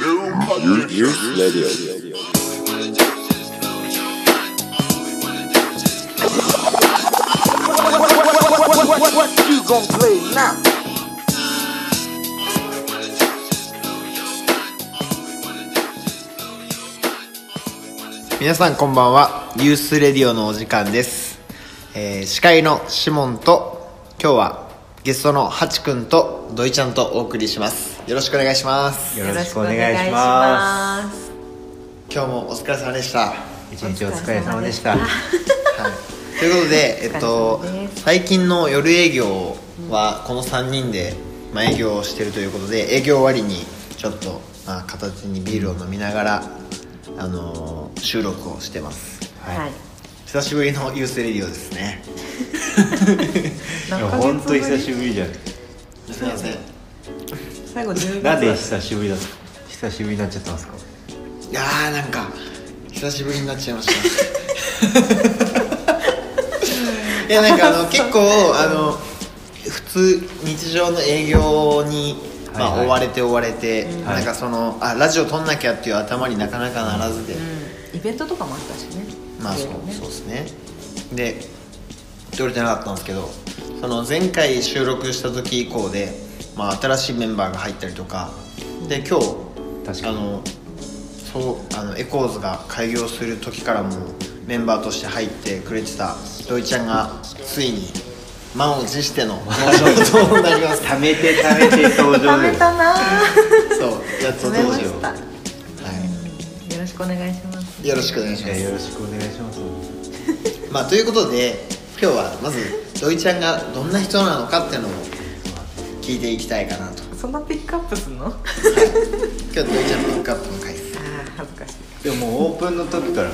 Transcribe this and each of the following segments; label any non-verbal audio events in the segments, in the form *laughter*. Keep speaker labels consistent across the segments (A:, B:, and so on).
A: Youth Radio.
B: What, what, what, what you gonna play now?
C: 皆さんこんばんはユースレディオのお時間です、えー司会のシモンと今日はゲストのハチくんとドイちゃんとお送りしますよろしくお願いします
D: よ
E: よ
D: ろ
E: ろ
D: し
E: し
D: く
E: く
D: お
E: お
D: 願
E: 願
D: い
E: い
D: し
E: し
D: ま
E: ます。
C: 今日もお疲れ様でした、は
D: す一日お疲れ様でした
C: い、ということ
D: *laughs*
C: でえっと
E: お疲れ様です
C: 最近の夜営業はこの3人で、まあ、営業をしてるということで営業終わりにちょっと、まあ、片手にビールを飲みながら、あのー収録をしてます
E: はい。
C: 久しぶりのユースレディオですね
D: いや
E: 何ヶ月ぶり
D: 本当久しぶりじゃん
C: すいません
E: 最後10月。
D: なんで久しぶりだった久しぶりになっちゃったんですか
C: いやーなんか久しぶりになっちゃいましたい
D: *laughs*
C: やなんかあの結構あの普通日常の営業に、まあ
D: はいはい
C: 追われて追われて、
D: はい
C: なんかそのあラジオ撮んなきゃっていう頭になかなかならずで、
E: うんイベントとかもあったしね。
C: まあ
E: い
C: そ
E: ろいろ
C: う
E: ね
C: そうですねで撮れてなかったんですけどその前回収録した時以降で、まあ、新しいメンバーが入ったりとかで今日
D: 確かに
C: あのそうあのエコーズが開業する時からもメンバーとして入ってくれてた土井ちゃんがついに満を持しての登場となります
D: 貯めて貯めて登
E: ダ
D: 場
E: メ
D: で
E: だなー。
C: そうやっと
E: *laughs* ダメ
C: 登
E: ま
C: 場
E: した。
C: は
E: よろしくお願いします。
C: いよろしくお願いします
D: すよろしくお願いします
C: まあということで今日はまず土井ちゃんがどんな人なのかっていうのを聞いていきたいかなと
E: そんなピックアップすんの？あ
C: 今日土井ちゃんピックアップの回 *laughs* です
E: ー恥ずかしい。
D: でももうオープンの時から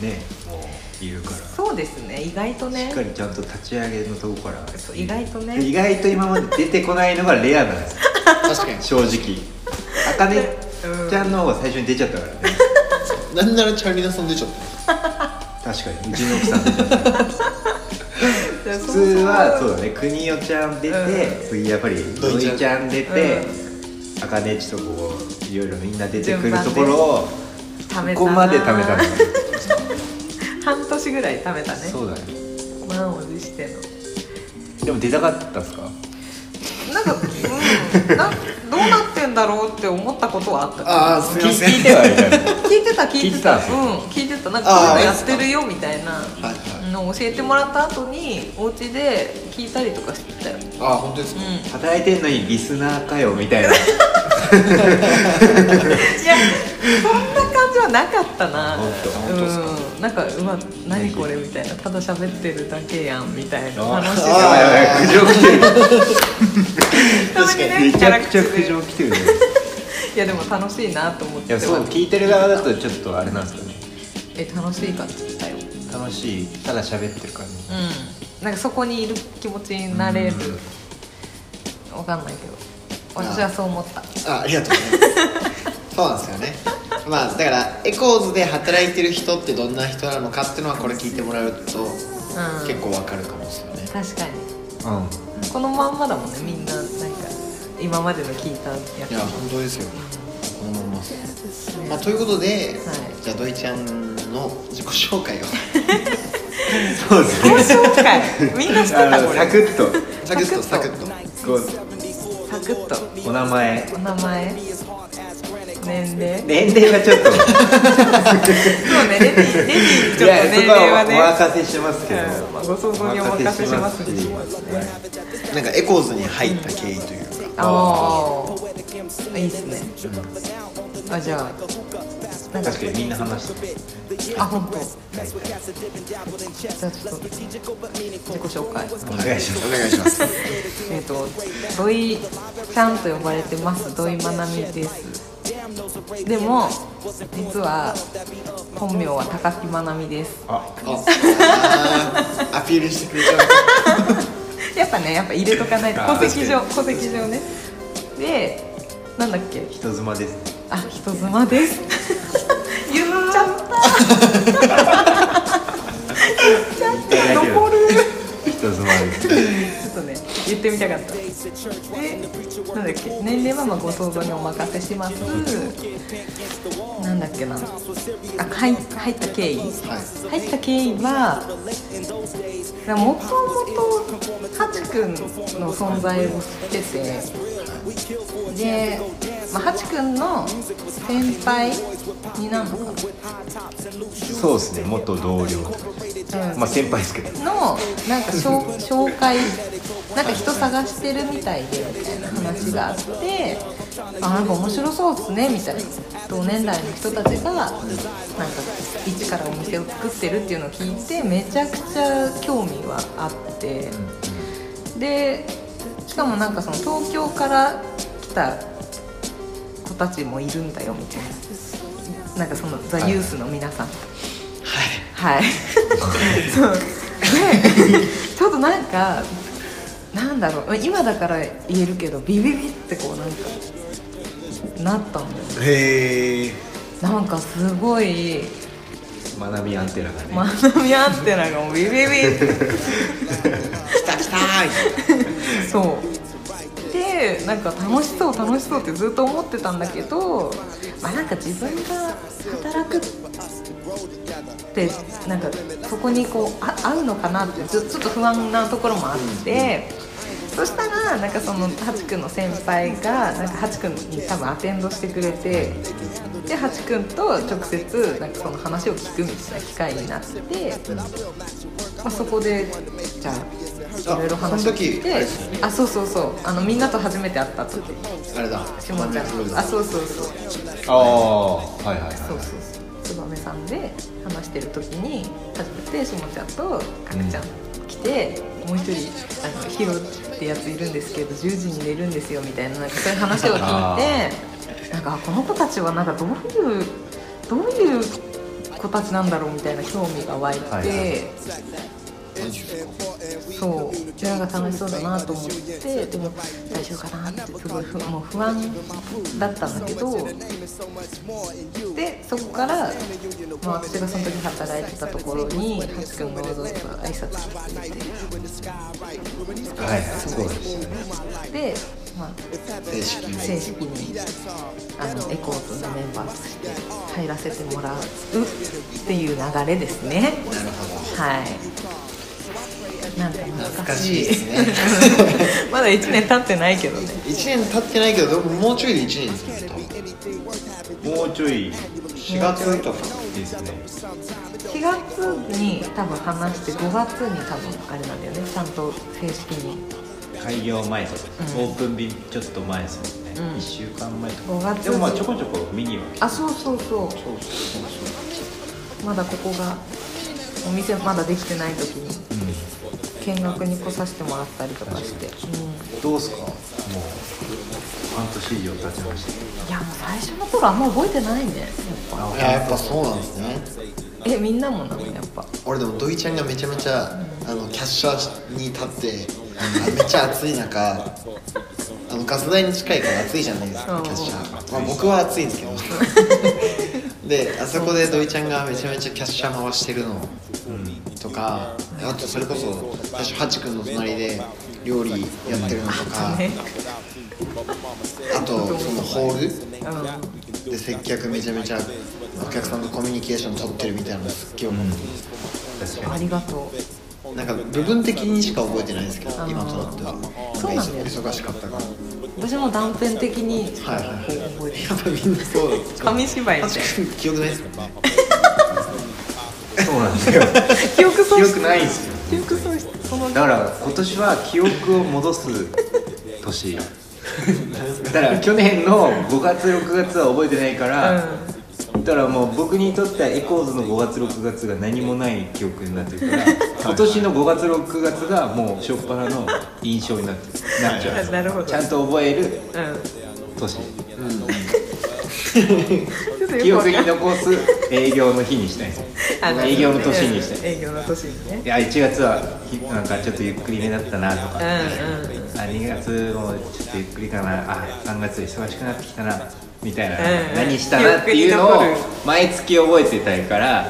D: ねもういるからし
E: そうですね。意外とね
D: っか。りちゃんと立ち上げのとこから
E: そう意外とね
D: 意外と今まで出てこないのがレアなんです
C: 確かに
D: 正直あかねちゃんの方が最初に出ちゃったからね
C: なんならチャーリーナさん出ちゃっ
D: 確かにうちの奥さん出ちゃった
E: 普
D: 普通はそうだね国代ちゃん出て、次やっぱり
C: 土
D: 土
C: 井
D: 井
C: ち
D: ちゃん出て、あかねちとこういろいろみんな出てくるところを
E: ためたなー
D: ここまで貯めたの
E: 半年ぐらい貯めたね。
D: そうだね
E: 満を持しての。
D: でも出たかったっすか
E: なんか、うん、などうなってんだろうって思ったことはあった。
C: ああすみません
D: 聞いてはいたよね
E: 聞いてた聞いてた
D: 聞いてたんですよ
E: うん聞いてたなん
C: あー
E: かこういうのやってるよみたいな
C: はいは
E: のを教えてもらった後にお家で聞いたりとかしてたよ、
C: ああ本当です
E: う
C: か、
E: ん、
D: 働いてんのにリスナーかよみたいな
E: いやそんな感じはなかったな
D: 本当
C: 本当ですか
E: うんなんかうわ何これみたいなただ喋ってるだけやんみたいな
D: あ
E: 楽し
D: やばいやばい苦情来てる
E: さに
D: め
E: ね
D: ちゃくちゃ苦
E: で
D: 情来てるね
E: いやでも楽しいなと思っ
D: い
E: て
D: やそう聞いてる側だとちょっとあれなんですかね
E: え楽しい感じだよ
D: 楽しいただ喋ってる感じ、
E: うんなんかそこにいる気持ちになれるわかんないけど私はそう思った
C: あありがとうございますそうなんですよねまあだからエコーズで働いてる人ってどんな人なのかっていうのはこれ聞いてもらうと
E: ん
C: 結構わかるかもしれない
E: 確かに
D: うん
E: このまんまだもんねみんななんか今までの聞いたやつ
C: いや本当ですよこのまんま
E: ね
C: まあ、ということで、
E: はい
C: じゃあ土井ちゃんの自己紹介を
D: そうですね
E: 自己紹介みんなして
D: あ
E: た
D: の
E: こ
D: サ
E: れ
D: クッと
C: サクッとサ
E: サ
C: ク
E: ク
C: ッと
E: ッと
D: こう
E: サクッと
D: お名前
E: お名前年齢
D: 年齢は *laughs* ちょっ
E: そ
D: と
E: うねレディレディにちょっと年
D: そこ
E: 齢はね
D: お任せしますけど、
E: うんまあご想像にお任せします
D: お任せしますし
C: なんかエコーズに入った経緯というか、
E: ああいいっすねあじゃあなんか
D: 確かにみんな話してる
E: あ本当じゃあちょっと自己紹介
D: お願いします
C: お願いします
E: えっと、土井ちゃんと呼ばれてます土井まなみですでも実は本名は高木まなみです
D: あ
C: ああーアピールしてくれちゃう
E: やっぱねやっぱ入れとかないと
D: あ
E: 戸籍上
D: 確
E: 戸籍上ねでなんだっけ
D: 人妻ですね
E: あ人妻です言っちゃった *laughs* 言っちゃった残る
D: 人妻ですね *laughs*
E: ちょっとね言ってみたかったでなんだっけ年齢はまあご想像にお任せしますなんだっけなあ入入った経緯、入った経緯はもともとハチ君の存在を知っててで、まあ、ハチ君の先輩になるのかな
D: そうですね元同僚まあ先輩ですけど
E: のなんか紹紹介なんか人探してるみたいでみたいな話があってあなんか面白そうっすねみたいな同年代の人たちがなんか一からお店を作ってるっていうのを聞いてめちゃくちゃ興味はあってでしかもなんかその東京から来た子たちもいるんだよみたいななんかそのザ・ユースの皆さんはい。そう。ね、ちょっとなんか、なんだろう、今だから言えるけど、ビビビってこうなんか。なったんだよ。
C: へえ
E: なんかすごい、
D: 学びアンテナがね、
E: 学びアンテナがもうビビビって。
C: 来た来たー
E: そうでなんか楽しそう楽しそうってずっと思ってたんだけどまあなんか自分が働くってなんかそこにこうあ合うのかなってちょちょっと不安なところもあって。そしたらなんかそのハチ君の先輩がなんかハチ君に多分アテンドしてくれてでハチ君と直接なんかその話を聞くみたいな機会になって、まあ、そこでじゃあいろいろ話を聞い
C: あ
E: て
C: その時あれ
E: あ,、
C: ですよ
E: そうそうそうあのみんなと初めて会った時
C: あれだ
E: 下ちゃんとあそうそうそう
D: ああはいはいはい
E: そうそうそう燕さんで話してる時に初めてしもちゃんとかくちゃん来て、もう一人あのヒロってやついるんですけど10時に寝るんですよみたいななんかそういう話を聞いてなんかあこの子たちはなんかどういうどういう子たちなんだろうみたいな興味が湧いて。
D: はいはい
E: そうでなんか楽しそうだなと思ってでも大丈夫かなってすごい不もう不安だったんだけどでそこから、まあ、私がその時働いてたところにハチ君がわざわざ挨拶してくれ
D: はいはいそうでしたね
E: てで、まあ、
C: 正式に
E: 正式にあのエコーズのメンバーとして入らせてもらうっていう流れですね
C: なるほ
E: はいなんか懐かしい *laughs*
C: 懐かしいで
E: まだ1年経ってないけどね
C: ど1年経ってないけどもうちょいで1年ですね多分
D: もうちょい
C: 4月とか
D: ですね
E: 4月に多分話して5月に多分あれなんだよねちゃんと正式に
D: 開業前とか、
E: うん
D: オープン日ちょっと前ですもんね、
E: うん
D: 1週間前とか
E: 5月に
D: でもまあちょこちょこ見には来て
E: あそうそうそうまだここがお店まだできてない時に見学に来させてもらったりとかして、うん、
D: どうすかもう半年以上経ちました
E: いやもう最初の頃あんま覚えてないねやっぱ
C: いややっぱそうなんですね
E: えみんなもなのやっぱ
C: 俺でも土井ちゃんがめちゃめちゃあのキャッシャーに立ってあめっちゃ暑い中あのガス代に近いから暑いじゃないです
E: う
C: か
E: ん
C: キャッシャー、まあ、僕は暑いんですけど *laughs* であそこで土井ちゃんがめちゃめちゃキャッシャー回してるのとかあとそれこそ最初ハチ君の隣で料理やってるのとか
E: ね
C: あとそのホール
E: うん
C: で接客めちゃめちゃお客さんとコミュニケーション取ってるみたいなのすっげえ思って
D: 確か
E: ありがと
C: なんか部分的にしか覚えてないですけど
E: あー
C: 今となっては
E: そうなんだよ
C: 忙しかったからは
E: う私も断片的にしか
C: いはい
E: 覚えて
C: やっぱみんなそうだった
E: 紙芝居みたいな
C: 確かに記憶ないですもんね
D: にそうなんですよ
E: 記憶喪
D: 記
E: 失
D: 憶ないんですよ
E: 記憶喪失その
D: だから今年は記憶を戻す年だから去年の5月6月は覚えてないから、だからもう僕にとってはエコーズの5月6月が何もない記憶になってるから今年の5月6月がもう初っ端の印象になってるなっちゃう
E: なるほど
D: ちゃんと覚える
E: うん
D: 年
E: ちょっとよく
D: 記
E: わか
D: 憶
E: ん
D: に
E: ない
D: 残す営業の日にしたいんですよ
E: *laughs* あの
D: 営業の年にしたい
E: 営業の年にね
D: いや1月はひなんかちょっとゆっくりめだったなとか、
E: うんうん
D: あ2月もちょっとゆっくりかなあ3月忙しくなってきたなみたいな、
E: うんうん
D: 何したなっていうのを
E: 記憶に残
D: 毎月覚えてたいから
E: はいは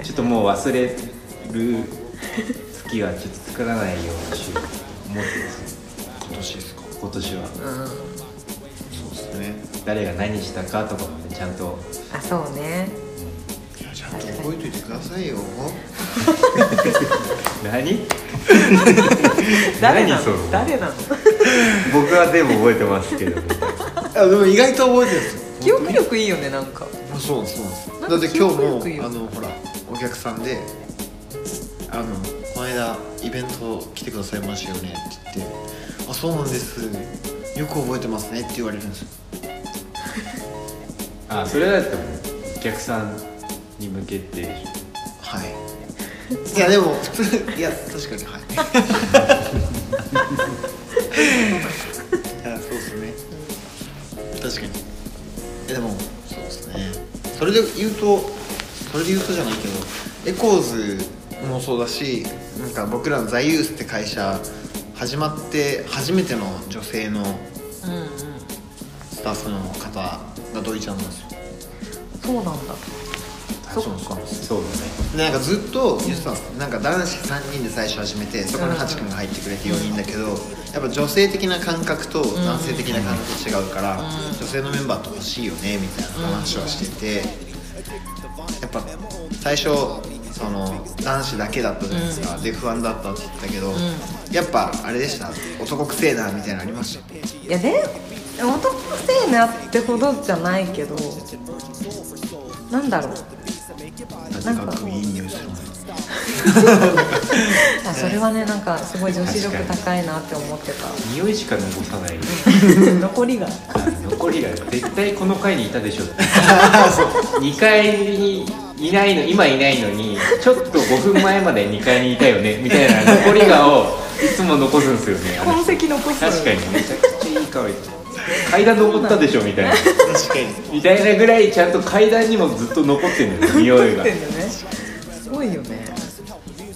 E: い
D: ちょっともう忘れる月はちょっと作らないようにしようと思ってま
C: 年
D: す
C: ですか
D: 今年は
C: そうですね
D: 誰が何したかとかもねちゃんと
E: あそうね
C: いやちゃんと覚えといてくださいよ
D: 何
E: 誰な
D: 何それ
E: の誰なの
D: 僕は全部覚えてますけど
C: あでも意外と覚えてるんですよ
E: 記憶力いいよねなんか
C: あそうなんですそう
E: な
C: なんん
E: か
C: ですだって
E: 記憶力いいよ
C: 今日もあのほらお客さんで「あのこの間イベント来てくださいましたよね」って言って「あそうなんですよく覚えてますね」って言われるんですよ
D: *laughs* あそれだってもうお客さんに向けて
C: はい
E: *laughs*
C: いやでも普通いや確かにはいいやそうですね確かにえでもそうですねそれで言うとそれで言うとじゃないけどエコーズもそうだしなんか僕らのザ・ユースって会社始まって初めての女性の
E: うんうん
C: スタッフの方がドイちゃんなんですよ
E: そうなんだそっか
D: そうだね
C: でなんかずっと言ってたんですなんか男子3人で最初始めてそこに
E: うん
C: ハチ君が入ってくれて4人だけどやっぱ女性的な感覚と男性的な感覚違うから女性のメンバーって欲しいよねみたいな話はしててやっぱ最初その男子だけだったじゃないですかで不安だったって言ってたけどやっぱあれでした男くせえなみたいなのありました
E: いやで男くせえなってほどじゃないけどなんだろうなんか
C: かっこいい匂いするもん
E: あそれはねなんかすごい女子力高いなって思ってた
D: 匂いしか残さない
E: *laughs* 残りが
D: 残りが絶対この回にいたでし *laughs* ょ2階にいないの今いないのにちょっと5分前まで2階にいたよねみたいな残りがをいつも残すんですよねあの
E: 痕
D: 人
E: 跡残す
D: 確かにめちゃくちゃいい香り階段登ったでしょみたいな
C: 確かに
D: みたいなぐらいちゃんと階段にもずっと残ってんのよ匂い
E: 残
D: が
E: ってんだねすごいよね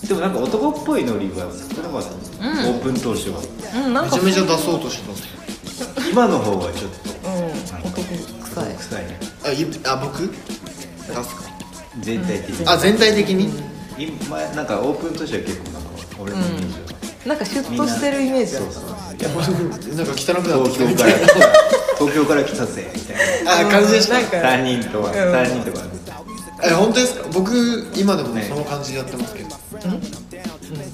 D: でもなんか男っぽいノリが少なかったね、
E: うん
D: オープン当初は
E: うんなん
C: め
E: か
C: ちゃめちゃ出そうとしてたんですよ
D: 今の方はちょっと
E: うん
D: なんか
E: 男臭い
D: 臭いね
C: あいあ僕出すか
D: 全体的に、
C: あ全体的に
D: 今なんかオープン当初は結構なんか俺のイメージは、
E: なんかシュッとしてるイメージある
D: そうそう
C: なんか汚くなってき
D: 東
C: たみ
D: 京か
C: た
D: ら
C: いな。
D: 東京から来たぜみたい
C: あ、感じでした。
E: なんか
D: な3人とは
E: うん
D: 3人とか
C: え、本当ですか。僕今でもその感じでやってますけど。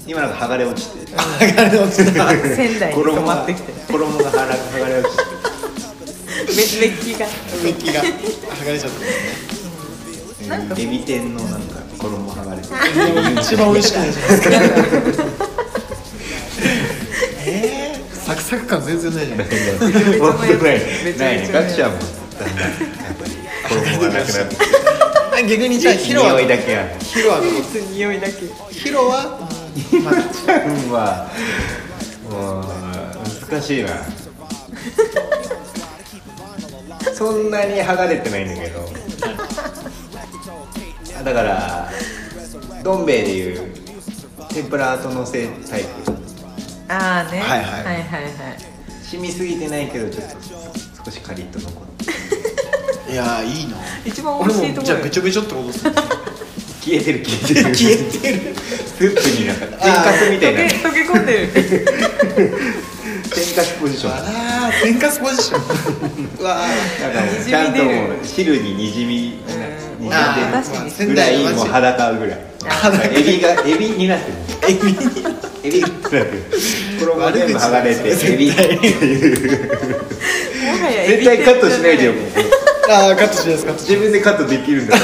D: 今なんか剥がれ落ちて
C: 剥がれ落ちた。
E: 仙台に
D: 衣
E: 泊
D: が
E: まってきて
D: 衣が剥が剥がれ落ちて
E: めメッキが
C: メッキが剥がれちゃって
E: なんか
D: エビ天のなんか衣
E: *laughs*
D: 剥がれて
C: ますね。一番美味しくないじゃないですか。えーサクサク感全然ないじゃないです
D: 持ってこない
E: めちゃめちゃ
D: ないねガクちゃんもだんだんやっぱり衣がなくなっ
E: *laughs*
D: てき
C: か。逆にじゃあ
D: て
C: ヒロ
D: 匂い
C: は
D: だけある
C: ヒロは
E: 唯一 *laughs* 匂いだけ
C: ヒロは
D: うんまあもう難しいなそんなに剥がれてないんだけどあだからどん兵衛でいう天ぷら後のせタイプ
E: ああね
C: はいはい
E: はいはい
D: 染みすぎてないけどちょっと少しカリッと残って
C: いやーいいな。
E: 一番美
C: 俺
E: 味しいと
C: も
E: こ
C: じゃ
E: ろ
C: あ
E: よ
C: べちょべちょってことですね。
D: 消えてる消えてる
C: 消えてる。
D: *laughs* スープになんか天かすみたいな
E: 溶け溶け込んでる
D: 天かすポジションだか
C: あー、天かすポジション。うわー。
D: らちゃんともう汁ににじみになってる
E: あー確かに
D: ぐらいもう裸ぐらいエビがエビになってる *laughs*
C: エビに
D: エビってなってる衣が全部剥がれ *laughs* てエビ
E: もはやエ
D: 絶
E: ビ
D: 対
E: 天
D: カットしないでよ
E: じゃ
D: ここ
C: あーカットしないですカットし
D: 自分でカットできるんだ
E: い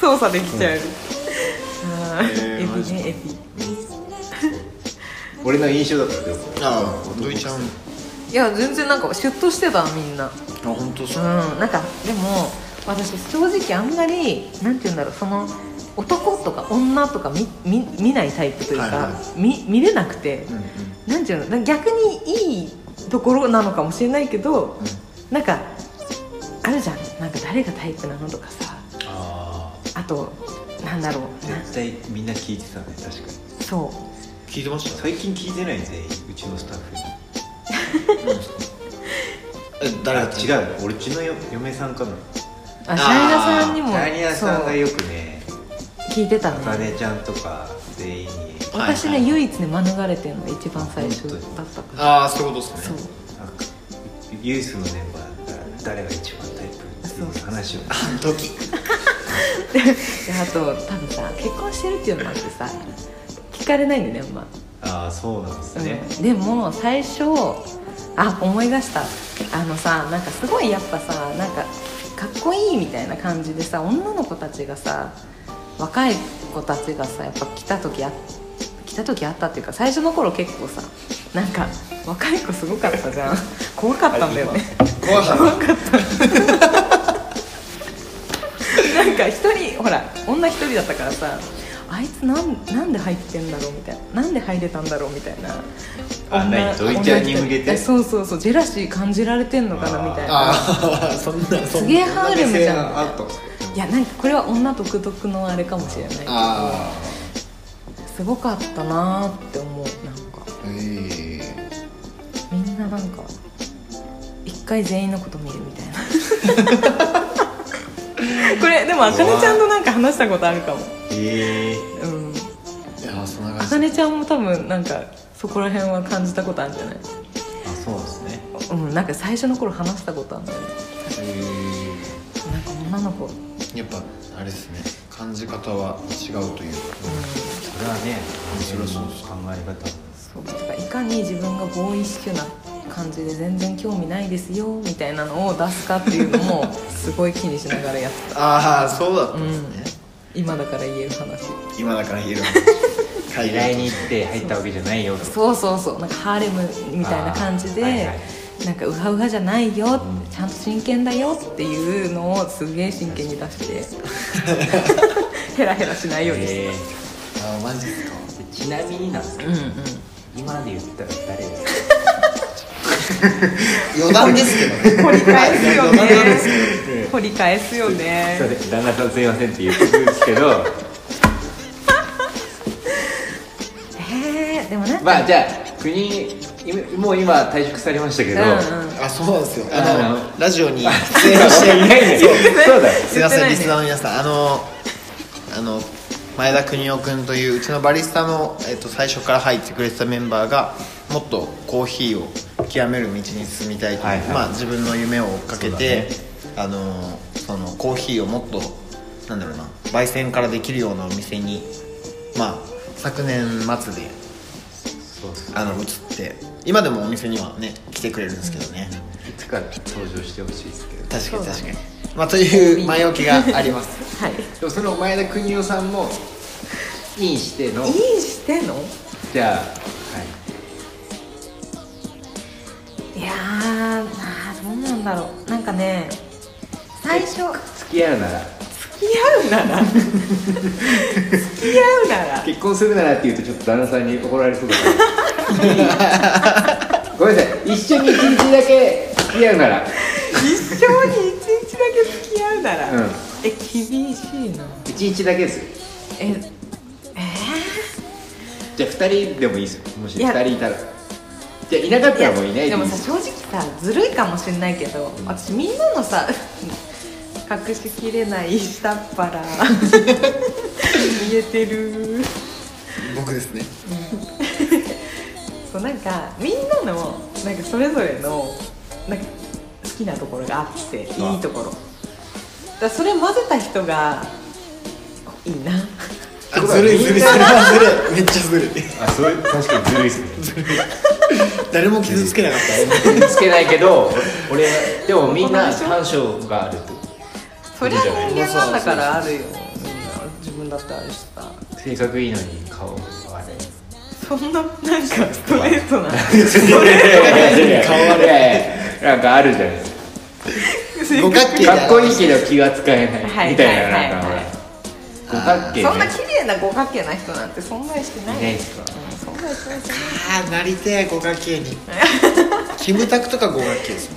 E: 操作できちゃう、あーエ
C: マ
E: ビねエビ
D: 俺の印象だったけ
C: な
D: ど
C: いあー、どいちゃんあ
E: いや全然なんかシュッとしてたみんなう
C: 本当そ
E: ん
C: う
E: なんかでも私正直あんまりなんて言うんだろうその男とか女とか見見見ないタイプというか、
C: はいは
E: 見見れなくて、
C: うんうん
E: なんていうのなんか逆にいいところなのかもしれないけど、なんかあるじゃんなんか誰がタイプなのとかさ
D: あ
E: あとなんだろう
D: あ絶対みんな聞いてたね確かに
E: そう
C: 聞いてました
D: 最近聞いてない全員うちのスタッフ
C: え誰だった
D: 違う俺うちのよ嫁さんかな
E: あシャイナさんにも
D: キャリアさんが
E: そう
D: よくね
E: 聞いてた
D: あか
E: ね
D: ねちゃんとか全員に
E: 私ね唯一ね免れてるのが一番最初だったから
C: ああそういうことです
E: そう
C: ね
D: ユースのメンバーだから誰が一番タイプっていう話を
C: あの時
E: であと多分さ結婚してるっていうのもあってさ聞かれないんだよねあんま
D: ああそうなんですね、
E: うんでも最初あ思い出したあのさなんかすごいやっぱさなんかかっこいいみたいな感じでさ女の子たちがさ若い子たちがさやっぱ来た時あ来た時あったっていうか最初の頃結構さなんか若い子すごかったじゃん怖かったんだよね
C: 怖かった
E: なんか一人ほら女一人だったからさあいつなんなんで入ってんだろうみたいななんで入れたんだろうみたいな
D: あ
E: 女
D: 何ドイツアに向けて
E: 女一人そうそうそうジェラシー感じられてんのかなみたいな
C: ああそんなそ
E: す
C: ん
E: げ
C: な
E: えハーレムじゃん
C: あったんですか
E: いやなんかこれは女独特のあれかもしれないけど
C: あ
E: すごかったなーって思うなん
C: あ
E: か
C: ええ
E: みんななんか一回全員のこと見るみたいなこれでもあかねちゃんとなんか話したことあるかも
D: ええ
E: うん
C: いやそんな
E: あ
C: 感
E: か
C: じ
E: ねちゃんも多分なんかそこら辺は感じたことあるんじゃない
D: あそうなんですね
E: うんなんか最初の頃話したことあるんだよねなんか女の子
C: やっぱあれですね感じ方は違うというか
D: それはね面
C: 白
D: 白
C: そ
D: そうう考え方
E: そうだからいかに自分がボーイッシュな感じで全然興味ないですよみたいなのを出すかっていうのもすごい気にしながらやって
C: ああそうだった
E: た、うんん
C: ですね、
E: 今だから言える話
C: 今だから言える海
D: 狙
C: 外
D: いに
C: に
D: 行って入ったわけじゃないよ
E: *laughs*
D: と
E: そうそうそうなんかハーレムみたいな感じで、
D: あーはいはい
E: なんかウハウハじゃないよ、ちゃんと真剣だよっていうのをすげえ真剣に出して *laughs* ヘラヘラしないようにして
D: え
C: あーマジですか
D: ーちなみになんですけ
E: う
D: ど
E: んうん
D: 今まで言ったら誰ですか
C: 余談ですけどね
E: *laughs* 掘り返すよね掘り返すよね
D: すいません *laughs* 旦那さんすいませんって言ってくるんですけど *laughs*
E: えー、でもなんか、
D: まあじゃあ国今もう今退職されましたけど、 *laughs*
E: うんうん
C: *laughs* あそうなんですよあ
D: あ
C: の
D: の
C: ラジオに出演して
D: いないね *laughs* そうだ
C: すいません、
E: 言ってないね
C: リスナーの皆さんあのあの前田邦夫君といううちのバリスタの、えっと、最初から入ってくれてたメンバーがもっとコーヒーを極める道に進みたいという、
D: はいはい
C: まあ、自分の夢を追っかけ
D: そうだ
C: て
D: ね、
C: あのそのコーヒーをもっとなんだろうな焙煎からできるようなお店に、まあ、昨年末で
D: そうそう
C: あの移って今でもお店にはね来てくれるんですけどね、
D: いつか登場してほしいですけど
C: 確かに確かに、まあ、という前置きがあります
E: はい
D: でもその前田邦夫さんもインしての
E: インしてんの
D: じゃあ、はい
E: いやーあーどうなんだろうなんかね最初
D: 付き合うなら
E: 付き合うなら付き合う *laughs* なら
D: 結婚するならって言うとちょっと旦那さんに怒られそうだ
E: *laughs*
D: からごめんなさい一緒に一日だけ付き合うなら
E: 一生に一日だけ付き合うなら、
D: うん
E: え厳しいな
D: 一日だけですよ
E: ええ
D: じゃあ2人でもいいですよもし
E: いや
D: 2人いたらじゃあいなかっ
E: ー
D: たらもういない
E: で
D: でいい
E: も
D: で
E: さ
D: す
E: 正直さずるいかもしれないけど、私みんなのさ *laughs* 隠しきれない下っ腹見えてる
C: 僕ですね
E: そうなんかみんなのなんかそれぞれのなんか好きなところがあっていいところだからそれ混ぜた人がいいな
C: あずるいずるいそれはずるいめっちゃずるい
D: あそれ確かにずるいですね
C: 誰も傷つけなかっ
D: つけない
E: *laughs*
D: けど俺でもみんな短所がある
E: そりゃ人間なんだからあるよみんな自分だってあるしさ
D: 性格いいのに顔あれ
E: そんななんかストレートな
D: *laughs* 顔あれなんかあるじゃないです
C: た五角形
D: かかっこいいけど気が使えないみたい
E: はいはいはい
D: ななんかほら五角形
E: そんな
D: ね
E: 綺麗な五角形な人なんて存在してない
D: いないですか
E: うん存在してない
C: ああなりてえ五角形にキムタクとか五角形です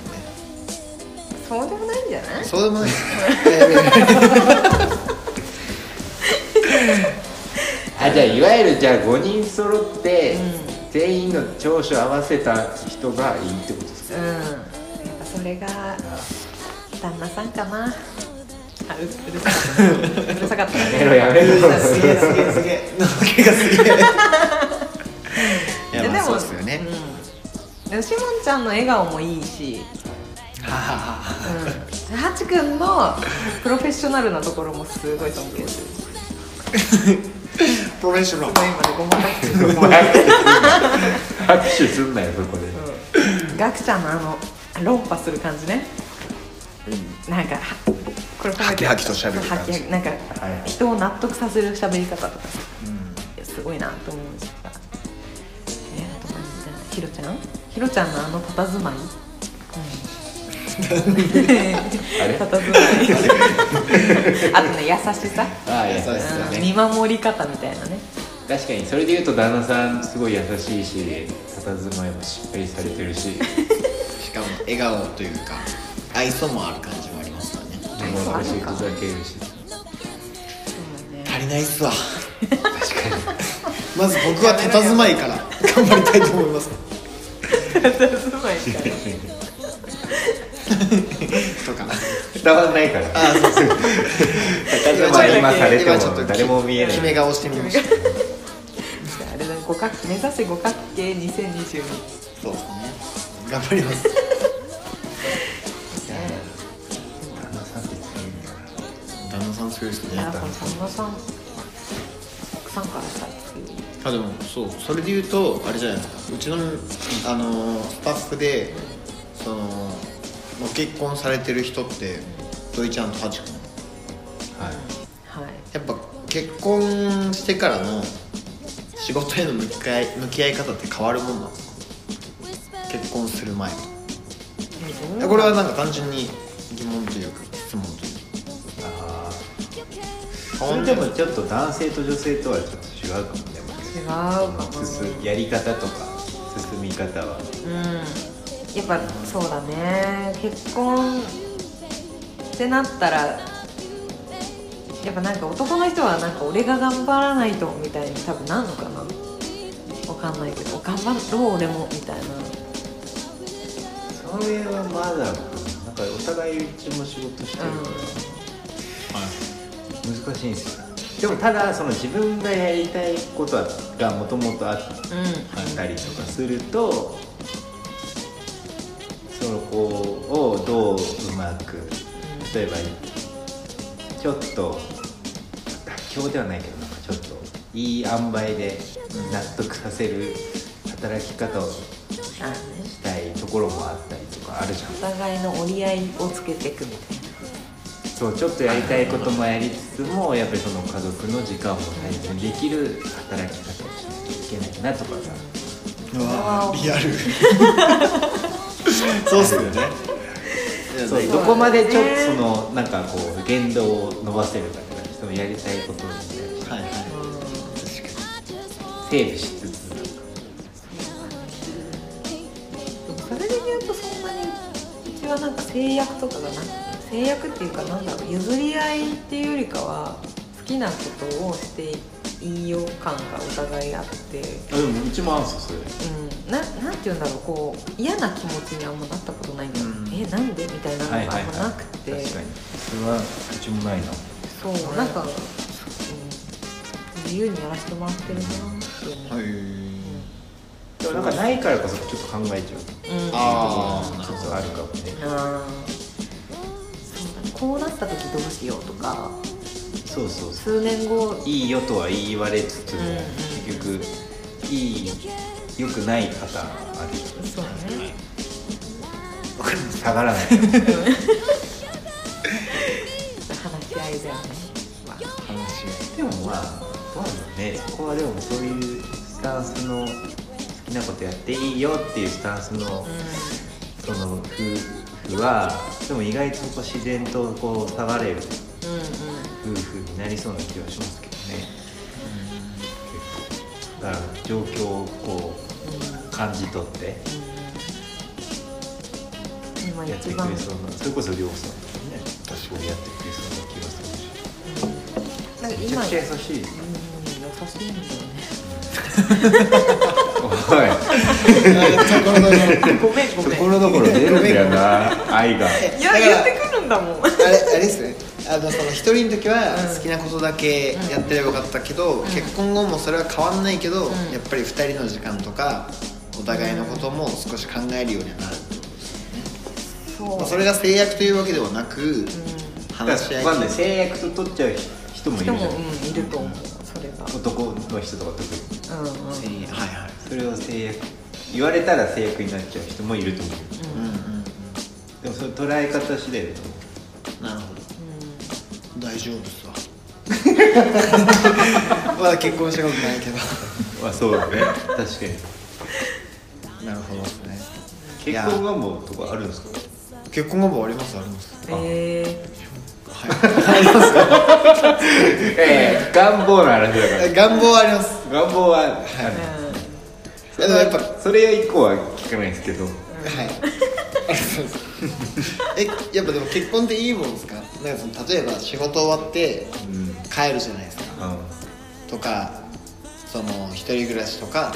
C: もんね
E: そうでもないんじゃない
C: そうでもないですね
D: あじゃあいわゆるじゃあ5人揃って、全員の長所合わせた人がいいってことですか
E: う
D: *laughs*
E: んやっぱそれが旦那さんかなあううるさかったうるさかった
D: やめろやめろ
C: すげえすげえすげえのろけがすげえいやまあそうですよね、
E: うん、しもんちゃんの笑顔もいいしうんハチ君のプロフェッショナルなところもすごい尊敬する
C: プロフェッショナル
E: 今でごまかしてる
D: 拍手すんなよそこで、
E: ガクちゃんのあの論破する感じね、なんかこれ褒めて
C: ハキハキと喋る感じ
E: ハキハキなんか、
D: い
E: 人を納得させる喋り方とかさ、いやすごいなと思うんですがえー、あと何じゃないひろちゃんひろちゃんのあの佇まい *laughs* うん、たたずまいあとね優しさ、
D: ああいや
C: そうですよ
E: うん
C: ね
E: 見守り方みたいなね
D: 確かにそれで言うと旦那さんすごい優しいし佇まいもしっかりされてるし
C: しかも笑顔というか愛想もある感じもありますよね
D: 物腰ふざけ
C: *laughs*
D: るし
E: そうね
C: 足りないっすわまず僕は佇まいから頑張りたいと思います
E: *laughs* 佇まいから
C: とか
D: 伝わん *laughs* ないからあそうそう佇まい今されて
C: 今ちょっと
D: も誰も見えない
C: 決め顔してみました
E: あれだね五角目指せ五角形2022
C: そうですね *laughs* 頑張ります
D: 旦那さんって強いんだよな
C: 旦那さん強いですね
E: あこのさんまさん奥さんからしたらっていう
C: あでもそうそれで言うとあれじゃないですかうちのあのースタッフでそのもう結婚されてる人って土井ちゃんとハチ君
D: はい
E: はい
C: やっぱ結婚してからの仕事への向き合い向き合い方って変わるもんなんですか結婚する前とこれはなんか単純に疑問というか質問という
D: あ
C: か
D: それでもちょっと男性と女性とはちょっと違うかもね
E: 違うかな
D: 進やり方とか進み方は
E: うんやっぱそうだね結婚ってなったらやっぱなんか男の人はなんか俺が頑張らないとみたいに多分なんのかなわかんないけど頑張ろう俺もみたいな
D: それはまだなんかお互いうちも仕事してるから、難しいんですよでもただその自分がやりたいことがもともとあっ
E: うん
D: たりとかするとその子をどううまく例えばちょっと妥協ではないけどなんかちょっといい塩梅で納得させる働き方を
E: あのね
D: したいところもあったりとかあるじゃん
E: お互いの折り合いをつけていくみたいな
D: そうちょっとやりたいこともやりつつもやっぱりその家族の時間も大切にできる働き方をしなきゃいけないなとかさ
C: うわーリアル *laughs* そうっすよね
D: そうどこまでちょっとそのなんかこう言動を伸ばせるかとかそのやりたいことをみたいな
C: はいはい
D: セーブしつつ
E: でもそれで言うとそんなにうちはなんか制約とかがなく制約っていうかなんだろう譲り合いっていうよりかは好きなことをしていいよ感がお互いあって、
D: あでもうちもあるんですよそれ
E: うん、ななんて言うんだろうこう嫌な気持ちにあんまなったことないんだよ、
C: うん
E: えなんでみたいなのがあんまなくて、
D: 確かにそれはうちもないな
E: そうなんか、うん、自由にやらせてもらってるなって思う、
C: はい
D: でもなんかないからこそちょっと考えちゃう
E: うん
C: ああ
D: ちょっとあるかもね
E: あーそうだねこうなった時どうしようとか
D: そうそうそう
E: 数年後
D: いいよとは言われつつも
E: うん
D: 結局いい良くないパターンあるじゃない
E: そうね
D: 下がらない
E: 話し合いだよね、まあ、
C: 話
D: でもまあどうなんだろうねそこはでもそういうスタンスの好きなことやっていいよっていうスタンスの、その夫婦はでも意外とこう自然とこう下がれ
E: う
D: る
E: んうんうん
D: 夫婦になりそうな気はしますけどね、結構だから状況をこう感じ取って
E: 今
D: やって
E: 一
D: く
E: 番
D: れそうなそれこそ亮さんとかね私もやってくれそうな気がするし
E: なんか
D: めちゃ
E: 今うん
D: くちゃ優しい
E: 優しいんだよね
D: お
E: ごめんご
D: いと
E: めん
D: ころどころ出るんだよな愛が
E: いや言ってくるんだもん
C: あれあれですねあのその一人の時は好きなことだけやってればよかったけど、結婚後もそれは変わんないけど、やっぱり二人の時間とかお互いのことも少し考えるようにはなる、
E: そう
C: まあそれが制約というわけではなく、
D: だ
C: 話し
D: か
C: 合
D: ら
C: い
D: わかんない制約と取っちゃう人もいる
E: 人
D: じ
E: も
D: ゃん
E: うんいると思うそれが
D: 男の人とか特に
E: うんうん
C: 制約はいはい
D: それを制約言われたら制約になっちゃう人もいると思う、でもその捉え方次第だと思う
C: なるほど、大丈夫ですわ *laughs* まだ結婚したことないけど
D: まあそうだね確かに
C: なるほどですねいや
D: 結婚願望とかあるんですか
C: 結婚願望ありますあります
E: えー
D: ええ願望の話だ
C: え *laughs* 願望はあります
D: ら願望はある
C: いやでもやっぱ *laughs* は
D: それ以降は聞かないですけど
C: いえやっぱでも結婚っていいもんですかなんかその例えば仕事終わって
D: うん
C: 帰るじゃないですか
D: あ
C: とかその一人暮らしとか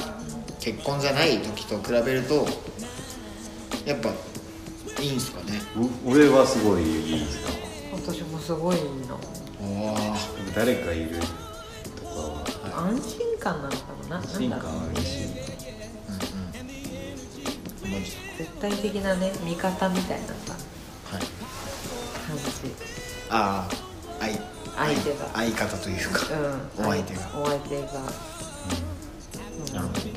C: 結婚じゃない時と比べるとやっぱいいんですかね
D: お俺はすごいいいですか
E: 私もすごいな
C: おおー
D: でも誰かいるとかは
E: 安心感なのかもな
D: 安心
E: なんだろ
D: 感あるし
C: マジ
E: う絶対的なね味方みたいなさ
C: はい
E: 感じ
C: ああ相
E: 相手が
C: 相方というか、
E: うん
C: お相手が
E: お相手がうん
C: な
E: な
C: る
E: ん
C: ほ
E: か
C: ど
E: ね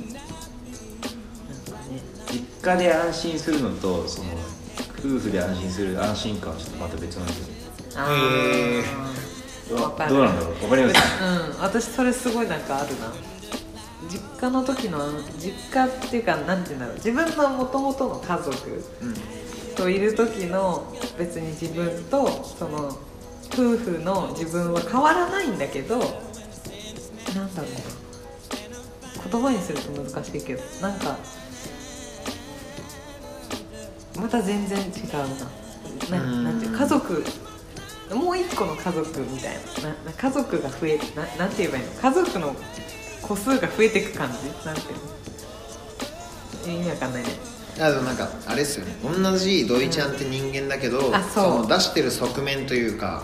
D: 実家で安心するのとその夫婦で安心する安心感はちょっとまた別なんですよ
E: あ
C: へ
E: ーわかる
D: どうなんだろうわかります
E: うん私それすごいなんかあるな実家の時の実家っていうかなんて言うんだろう自分のもともとの家族といる時の別に自分とその夫婦の自分は変わらないんだけどなんだろうな言葉にすると難しいけどなんかまた全然違うなななんていう家族もう一個の家族みたいななな家族が増えななんて言えばいいの家族の個数が増えていく感じなんていうの意味わかんないね
C: あでもなんかあれですよね同じ土井ちゃんって人間だけど、
E: んあそう
C: の出してる側面というか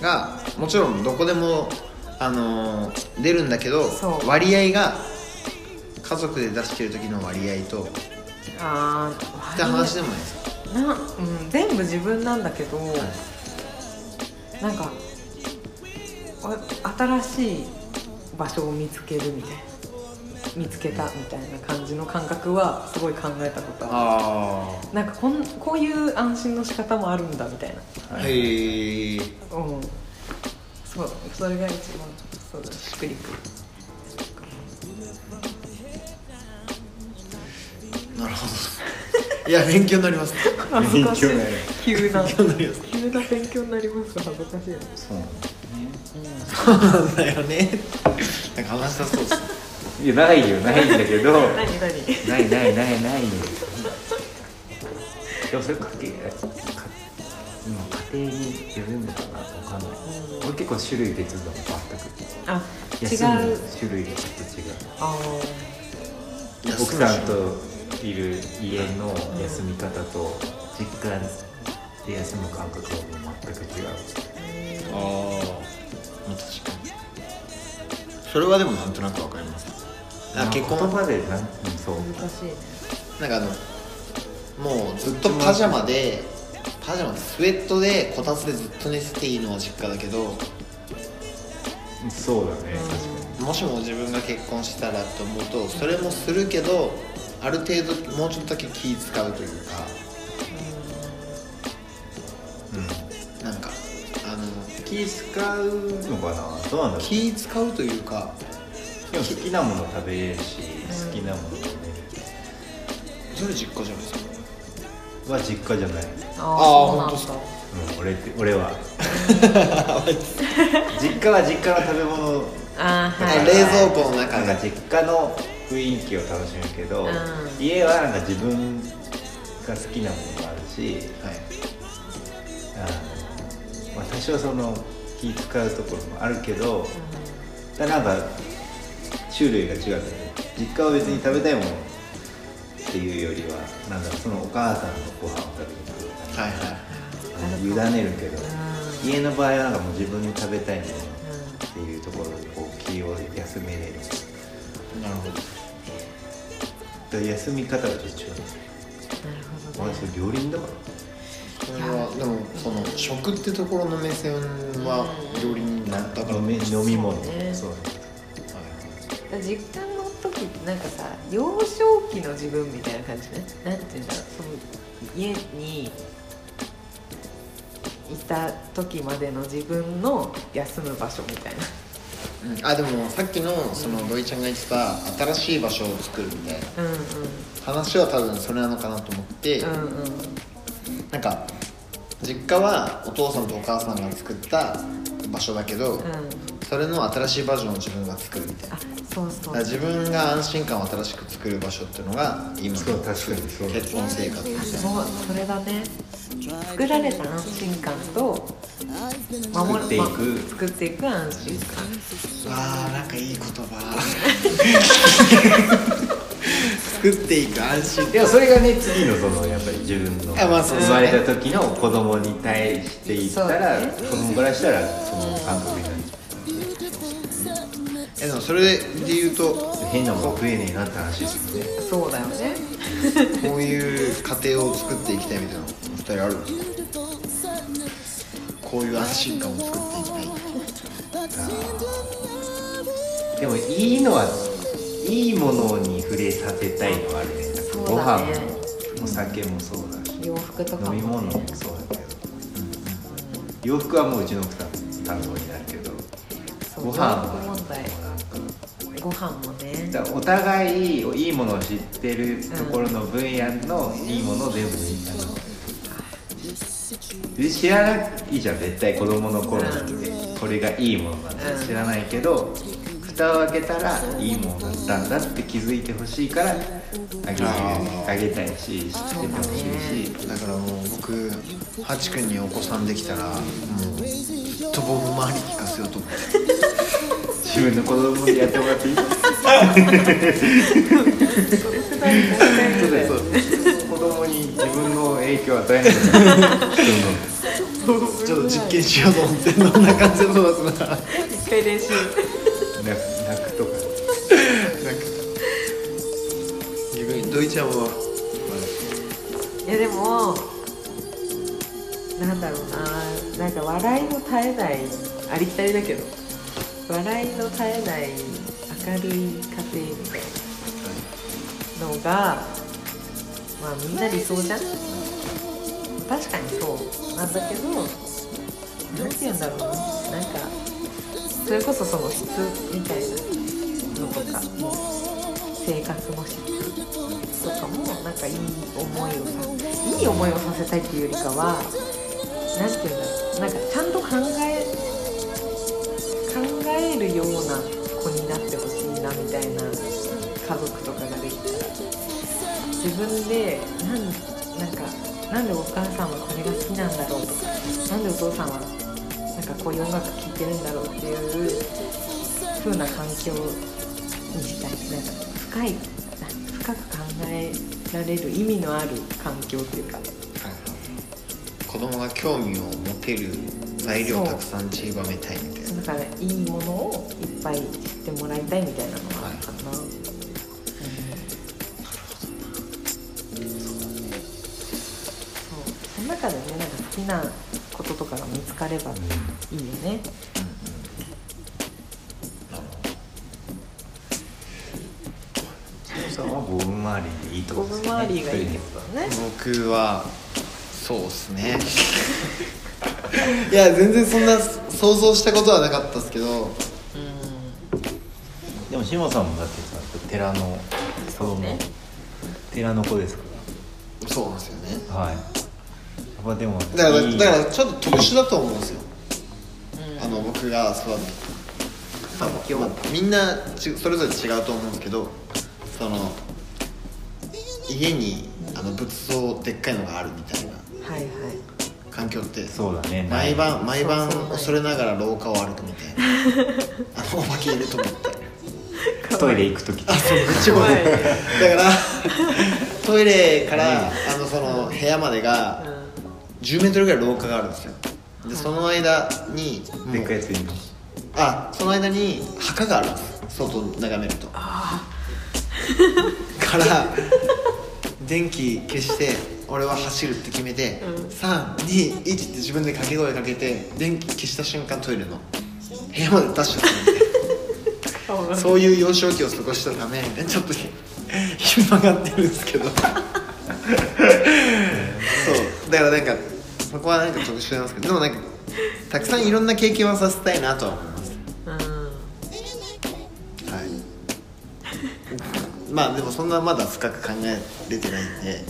E: う
C: がもちろんどこでも、あのー出るんだけど
E: そう
C: 割合が家族で出してる時の割合とっ
E: んああ
C: て話でもないですか
E: な、うん、全部自分なんだけど、なんかお新しい場所を見つけるみたいな見つけたみたいな感じの感覚はすごい考えたことある
C: あ
E: なんかこんこういう安心の仕方もあるんだみたいな
C: あへえ
E: うんそうそれが一番そうだしっくりくる
C: なるほどいや勉強になります
E: 恥ずかしい
D: 勉強になる
E: 急な
C: 強になります
E: 急な勉強になります恥ずかしいな
D: そうなんだ
C: そうなんだよねなんか話したそうですね
D: いやないよないんだけどな
E: 何何
D: いないないないよでもそれ家庭か今家庭によるのかなわかんない俺結構種類別だもん
E: あ
D: 全く
E: 違
D: 休む
E: う
D: 種類がちょっと違う
E: あ
C: いや
D: 奥さんといる家の休み方と実家で休む感覚はもう全く違う
C: ああまあ確かにそれはでもなんとなくわかりますあ結婚
D: 言葉でなんうんそう
E: ー難しいね
C: なんかあのもうずっとパジャマでパジャマでスウェットでこたつでずっと寝てていいのは実家だけど
D: そうだね確
C: もしも自分が結婚したらと思うとそれもするけどある程度もうちょっとだけ気使うというかうんなんかあの
D: かに気使うのかなどうなんだろう
C: 気使うというか
D: でも好きなもの食べれるし好きなものね
C: それ実家じゃないですか
D: は実家じゃない、うん、
E: あ
C: あー
E: ーそうなんだ
D: 俺って
C: *laughs*
D: 俺は実家は実家の食べ物
E: あーは
C: あ
E: い
C: 冷蔵庫の中
D: なん
C: で
D: か実家の雰囲気を楽しむけど、
E: うん
D: 家はなんか自分が好きなものがあるし
C: はい
D: あの、まあ、多少その気使うところもあるけど、だからなんか種類が違うんだよね実家は別に食べたいものっていうよりはなんだろうそのお母さんのご飯を食べに行く
C: はいはい
D: 委ねるけど
E: うん
D: 家の場合はなんかもう自分で食べたいものっていうところでこう気を休めれる
C: なるほど
D: で休み方がちょっと違う俺それ料理人だから
C: それはでもその食ってところの目線は料理人だったから
D: 飲み飲み物
E: そうね
D: そうね
E: 実家の時ってなんかさ幼少期の自分みたいな感じねなんていうんだろうその家にいた時までの自分の休む場所みたいな
C: うんあでもさっきのその土井ちゃんが言ってた新しい場所を作るみたいな
E: うん
C: 話は多分それなのかなと思って、
E: うんうんうん
C: なんか実家はお父さんとお母さんが作った場所だけど、それの新しいバージョンを自分が作るみたいな
E: あそうそ
C: だ
E: う
C: から自分が安心感を新しく作る場所っていうのが今
D: そう
C: の
D: 確かにそう
C: 結婚生活
E: あそうそれだね作られた安心感と守
D: 作っていく
E: ま作っていく安心感
C: わあなんかいい言葉作っていく安心
D: でもそれがね次のそのやっぱり自分の
C: あまあそう
D: 生まれた時の子供に対して言ったら、
E: そうね
D: 子供からしたらその感覚になっちゃ
C: えでもそれで言うと
D: う変なもん食えねえなって話ですよね
E: そうだよね
C: こういう家庭を作っていきたいみたいなのお二人あるんですかこういう安心感を作っていきたい
D: でもいいのはいいものに触れさせたいのはあるね
E: そう
D: ご
E: だ
D: 飯
E: ね
D: もお酒もそうだし
E: 洋服とか
D: 飲
E: も、ね、
D: み物もそうだけど、洋服はもううちの奥さん担当になるけど
E: そう
D: ご飯
E: 洋
D: は
E: 服問題ご飯もね
D: だからお互いいいものを知ってるところの分野のいいものを全部みんなので知らないじゃん絶対子供の頃なんてこれがいいものなんて知らないけど蓋を開けたらいいものだったんだって気づいてほしいからあげるあげたいし知っててほしいし
C: だからもう僕ハチ君にお子さんできたらもうずっと僕周り聞かせようと思って
D: 自分の子供でやってもらっていいそうだよ子供に自分の影響を与え *laughs* ない
C: ちょっと実験しようと思ってどんな感じで飛ばすな *laughs*
E: 一回練習
D: 泣泣くとか
C: 自分土井ちゃんはい
E: やでもなんだろうななんか笑いの絶えないありきたりだけど笑いの絶えない明るい家庭みたいなのがまあみんな理想じゃん確かにそうなんだけどなんて言うんだろうななんかそれこそその質みたいなのとかも生活の質とかもなんかいい思いをさいい思いをさせたいっていうよりかはなんていうんだろうなんかちゃんと考え考えるような子になってほしいなみたいな家族とかができたら自分でなんなんかなんでお母さんはこれが好きなんだろうとかなんでお父さんはなんかこういう音楽聴いてるんだろうっていう風な環境にしたいなんか深い深く考えられる意味のある環境っていうか
C: 子供が興味を持てる材料をたくさん散りばめたいみたいな
E: だからいいものをいっぱい知ってもらいたいみたいなのはあるかな、そうその中でねなんか好きなこととかが見つかればいいよね、
D: 父さんはボブ周りでいいと
E: ゴ
D: こで
E: ム
D: す
E: 周りがいいですよね
C: 僕はそうですね *laughs* いや全然そんな想像したことはなかったですけど
D: でも志麻さんもだってさ寺の子供、
E: ね
D: 寺の子ですか
C: そうなんですよね
D: らはいやっぱでも
C: だから
D: いい
C: だからちょっと特殊だと思うんですよ、あの僕が育った、まあまあみんなちそれぞれ違うと思うんですけどその家にあの仏像でっかいのがあるみたいな
E: はいはい
C: 環境って
D: そうだね
C: 毎晩毎晩
E: そうそう
C: 恐れながら廊下を歩くみたいな
E: *laughs*
C: あのお化けいると思って
D: トイレ行く時と
C: あ
D: か
C: そうめっちゃ怖いだからトイレからあのその部屋までが1 0ルぐらい廊下があるんですよでその間にもう
D: でっかいやついんの
C: あその間に墓があるんです外を眺めると *laughs* から電気消して俺は走るって決めて、321って自分で掛け声かけて電気消した瞬間トイレの部屋までダッシュするんでそういう幼少期を過ごしたためちょっと *laughs* 暇がってるんですけどそうだからなんかそこはなんか特殊なんですけどでもなんかたくさんいろんな経験はさせたいなとは思いますはいまあでもそんなまだ深く考えれてないんで、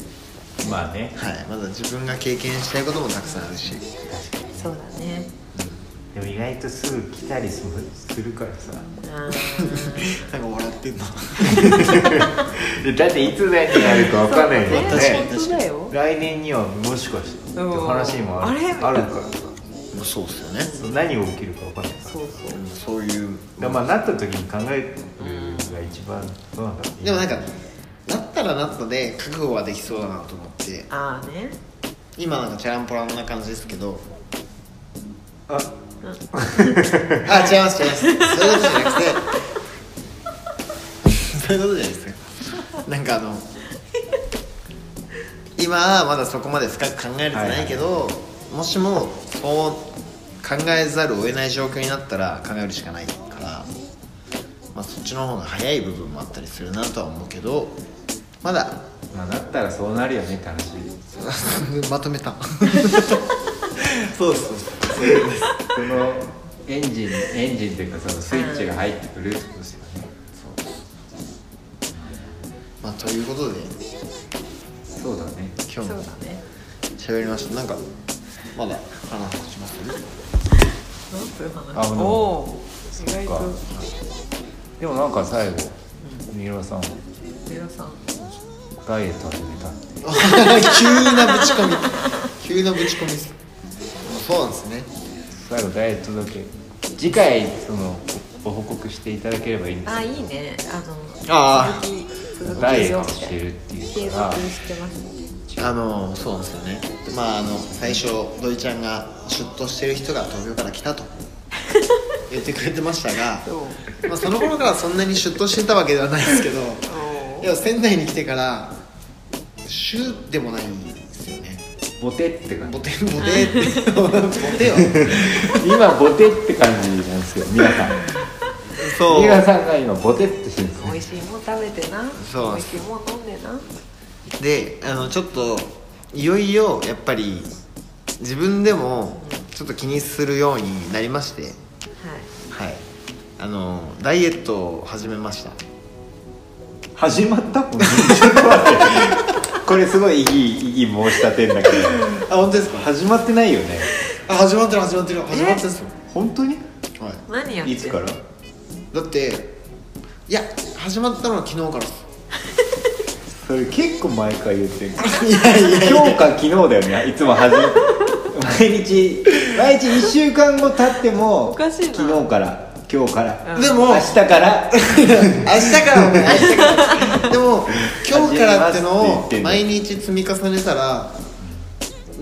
D: まあね
C: はい、まだ自分が経験したいこともたくさんある *laughs* し
E: そうだね
D: でも意外とすぐ来たりするするからさ
C: な
E: あ
C: んか笑ってんの
D: だっていつ何やるか分かんないもん
E: そうだね
D: ね
E: 本当だよ
D: 来年にはもしかしてって話もある
E: あれ
D: あるからさ
C: まあそうっすよね
D: 何が起きるか分かんないから
E: そうそう
C: そういう
D: だからまあなった時に考えるが一番どうなんだろうね
C: でもなんかなったらなったで覚悟はできそうだなと思って
E: ああね
C: 今なんかチャランポランな感じですけど
D: あ
C: あ違います違いますそういうことじゃなくてそういうことじゃないですよなんかあの今はまだそこまで深く考えれてないけど、もしもそう考えざるを得ない状況になったら考えるしかないから、まあ、そっちの方が早い部分もあったりするなとは思うけどまだ *laughs*
D: まあなったらそうなるよねって話
C: まとめ *laughs* たそうそう
D: そのエンジンエンジンっていうかそのスイッチが入ってくるってことですよね
C: まあということで
D: そうだね
C: 今
E: そう
C: 日
E: だ
C: も
E: ね
C: 喋りましたなんかまだ話します
E: 何分話
D: あ
E: し
D: で
E: お
D: も
E: おー意外と
D: でもなんか最後三浦さん
E: ゼロさん
D: ダイエット始めたって
C: 急なぶち込み急なぶち込みですそうなんですね
D: 最後ダイエットだけ次回そのごご報告していただければいいんです
E: あ
D: け
E: いいねあの
C: あ
E: 続き続
D: ど
E: き
D: ダイエ
E: しよ
D: ッ
E: う
D: ト
E: み
D: した
E: いな
D: てるってい
E: 継
D: うから
E: 続してますね
C: *laughs* あのそうなんですよねまああの最初土井ちゃんが出頭してる人が東京から来た *laughs* と言ってくれてましたがそ,、まあ、その頃からそんなに出頭してたわけではないですけどいや仙台に来てから週でもないんですよね
D: ボテって感じ
C: ボテボテ *laughs* ってボテよ
D: 今ボテって感じなんですよ皆さん
C: そ
D: 三浦さんが今ボテってしてるんですね
E: 美味しいもん食べてな
C: そう
E: 美味しいもん飲んでな
C: であのちょっといよいよやっぱり自分でもちょっと気にするようになりまして
E: は
C: はいあのダイエットを始めました
D: 始まったもんこれすごいいいいい申し立てんだけど
C: あ本当ですか
D: 始まってないよね
C: あ始まってる始まってる始まってるんですよ、
D: 本当
C: は
D: に
C: い
E: 何やって
D: いいつから
C: い、だっていや始まったのは昨日からです
D: それ結構毎回
E: *laughs*
D: 言ってる今日か昨日だよねいつも始め毎日毎日1週間後経っても
E: おかしいな
D: 昨日から今日から、
C: で *laughs* も
D: 明日から
C: 明日からもう明日から *laughs* でも今日からってのを
D: 始めますって
C: 毎
D: 言
C: 日積み重ねたら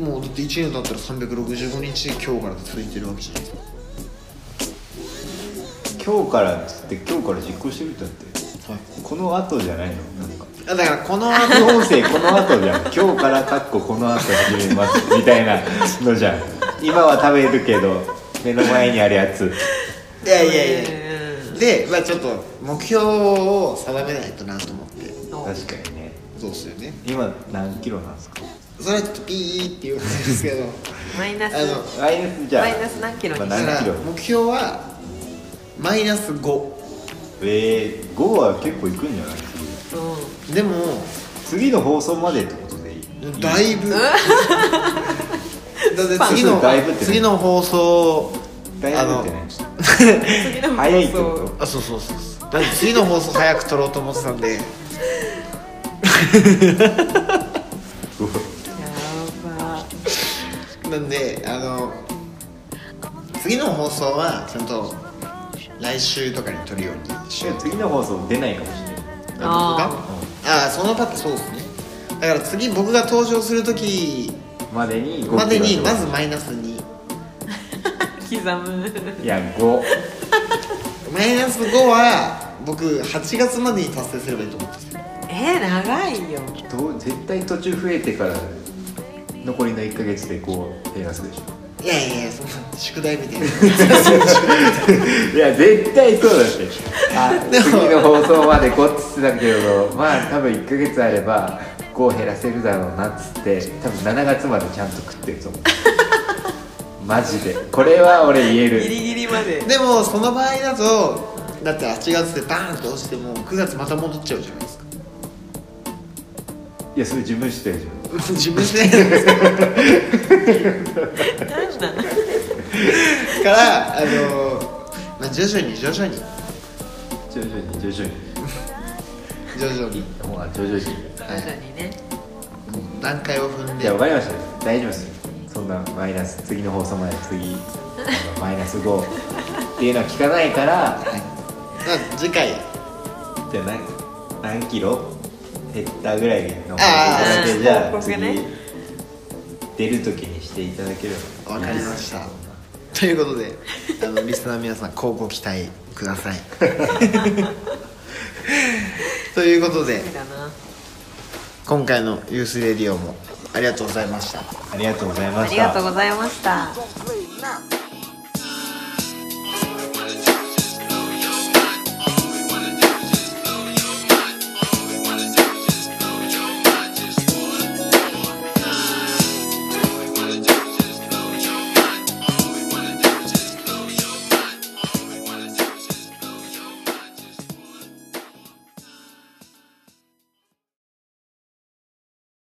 C: もうだって1年経ったら365日今日からって続いてるわけじゃないですか
D: 今日からっつって今日から実行してみたって
C: はい
D: この後じゃないのなんか
C: あだからこの
D: この音声この後じゃん今日からかっここの後始めますみたいなのじゃん今は食べるけど目の前にあるやつ
C: いやいやいやで、まあ、ちょっと目標を定めないとなと思って
E: の
D: 確かにね
C: そうっすよね
D: 今何キロなんですか
C: それはちょっとピーって言うんですけど
E: マイナス
C: あの
D: マイナスじゃあ
E: マイナス何キロに
D: ま
C: だ
D: あ
C: か
D: *laughs* 何キ
C: ら
D: ロ
C: 目標はマイナス5
D: えー、5は結構いくんじゃない
E: うん
C: でも
D: 次の放送までってことでいい
C: だいぶ *laughs* だって次の
D: だいぶってね
C: 次の放送
D: だいぶってね
E: 次の放送
D: 早いってこと
C: あそうそうそうそうだって次の放送早く撮ろうと思ってたんで
D: うわ
E: やば
C: なんであの次の放送はちゃんと来週とかに撮るようにし
D: い
C: よう
D: や
C: と
D: 次の放送出ないかもしれない
E: あ
C: ああそのパターンそうですねだから次僕が登場する時
D: までに5キロ
C: までにまずマイナス2
F: む
D: *laughs* いや5
C: マイナス5は僕8月までに達成すればいいと思ってます
F: えー、長いよ
D: どう絶対途中増えてから残りの1か月で5減らすでしょ
C: いやいやいやそんな宿題み
D: *laughs*
C: たいない
D: や絶対そうだしあ
C: でも
D: 次の放送までこっつってたけどまあ多分1か月あれば5減らせるだろうなっつって多分7月までちゃんと食ってると思うマジでこれは俺言え
F: ギリ
D: る
F: ギリまで
C: でもその場合だとだって8月でバーンと落ちても9月また戻っちゃうじゃないですか
D: いやそれ自分してるじゃん
C: 自分でやるんです
D: *laughs*
C: か
F: なんなの
C: からあのまあ、徐々に徐々に
D: 徐々に徐々に
C: 徐々に
D: もう徐々に
F: 徐々にね
C: 段階を踏ん
D: い
C: で
D: やわかりました大丈夫ですよそんなマイナス次の放送まで
F: *laughs*
D: 次あのマイナス5っていうのは聞かないから
C: まあ次回
D: じゃあ何何キロ減ったぐらいの
C: あ
F: ー
D: でじゃ
F: 報
D: あ
F: 告
D: 次
F: ね
D: 出る時にしていただければ
C: わかりましたということであのリスナーの皆さん乞うご期待ください *laughs* ということで
F: だな
C: 今回のユースレディオもありがとうございました
D: ありがとうございま
F: あ
D: し
F: りがとう
D: た
F: ございました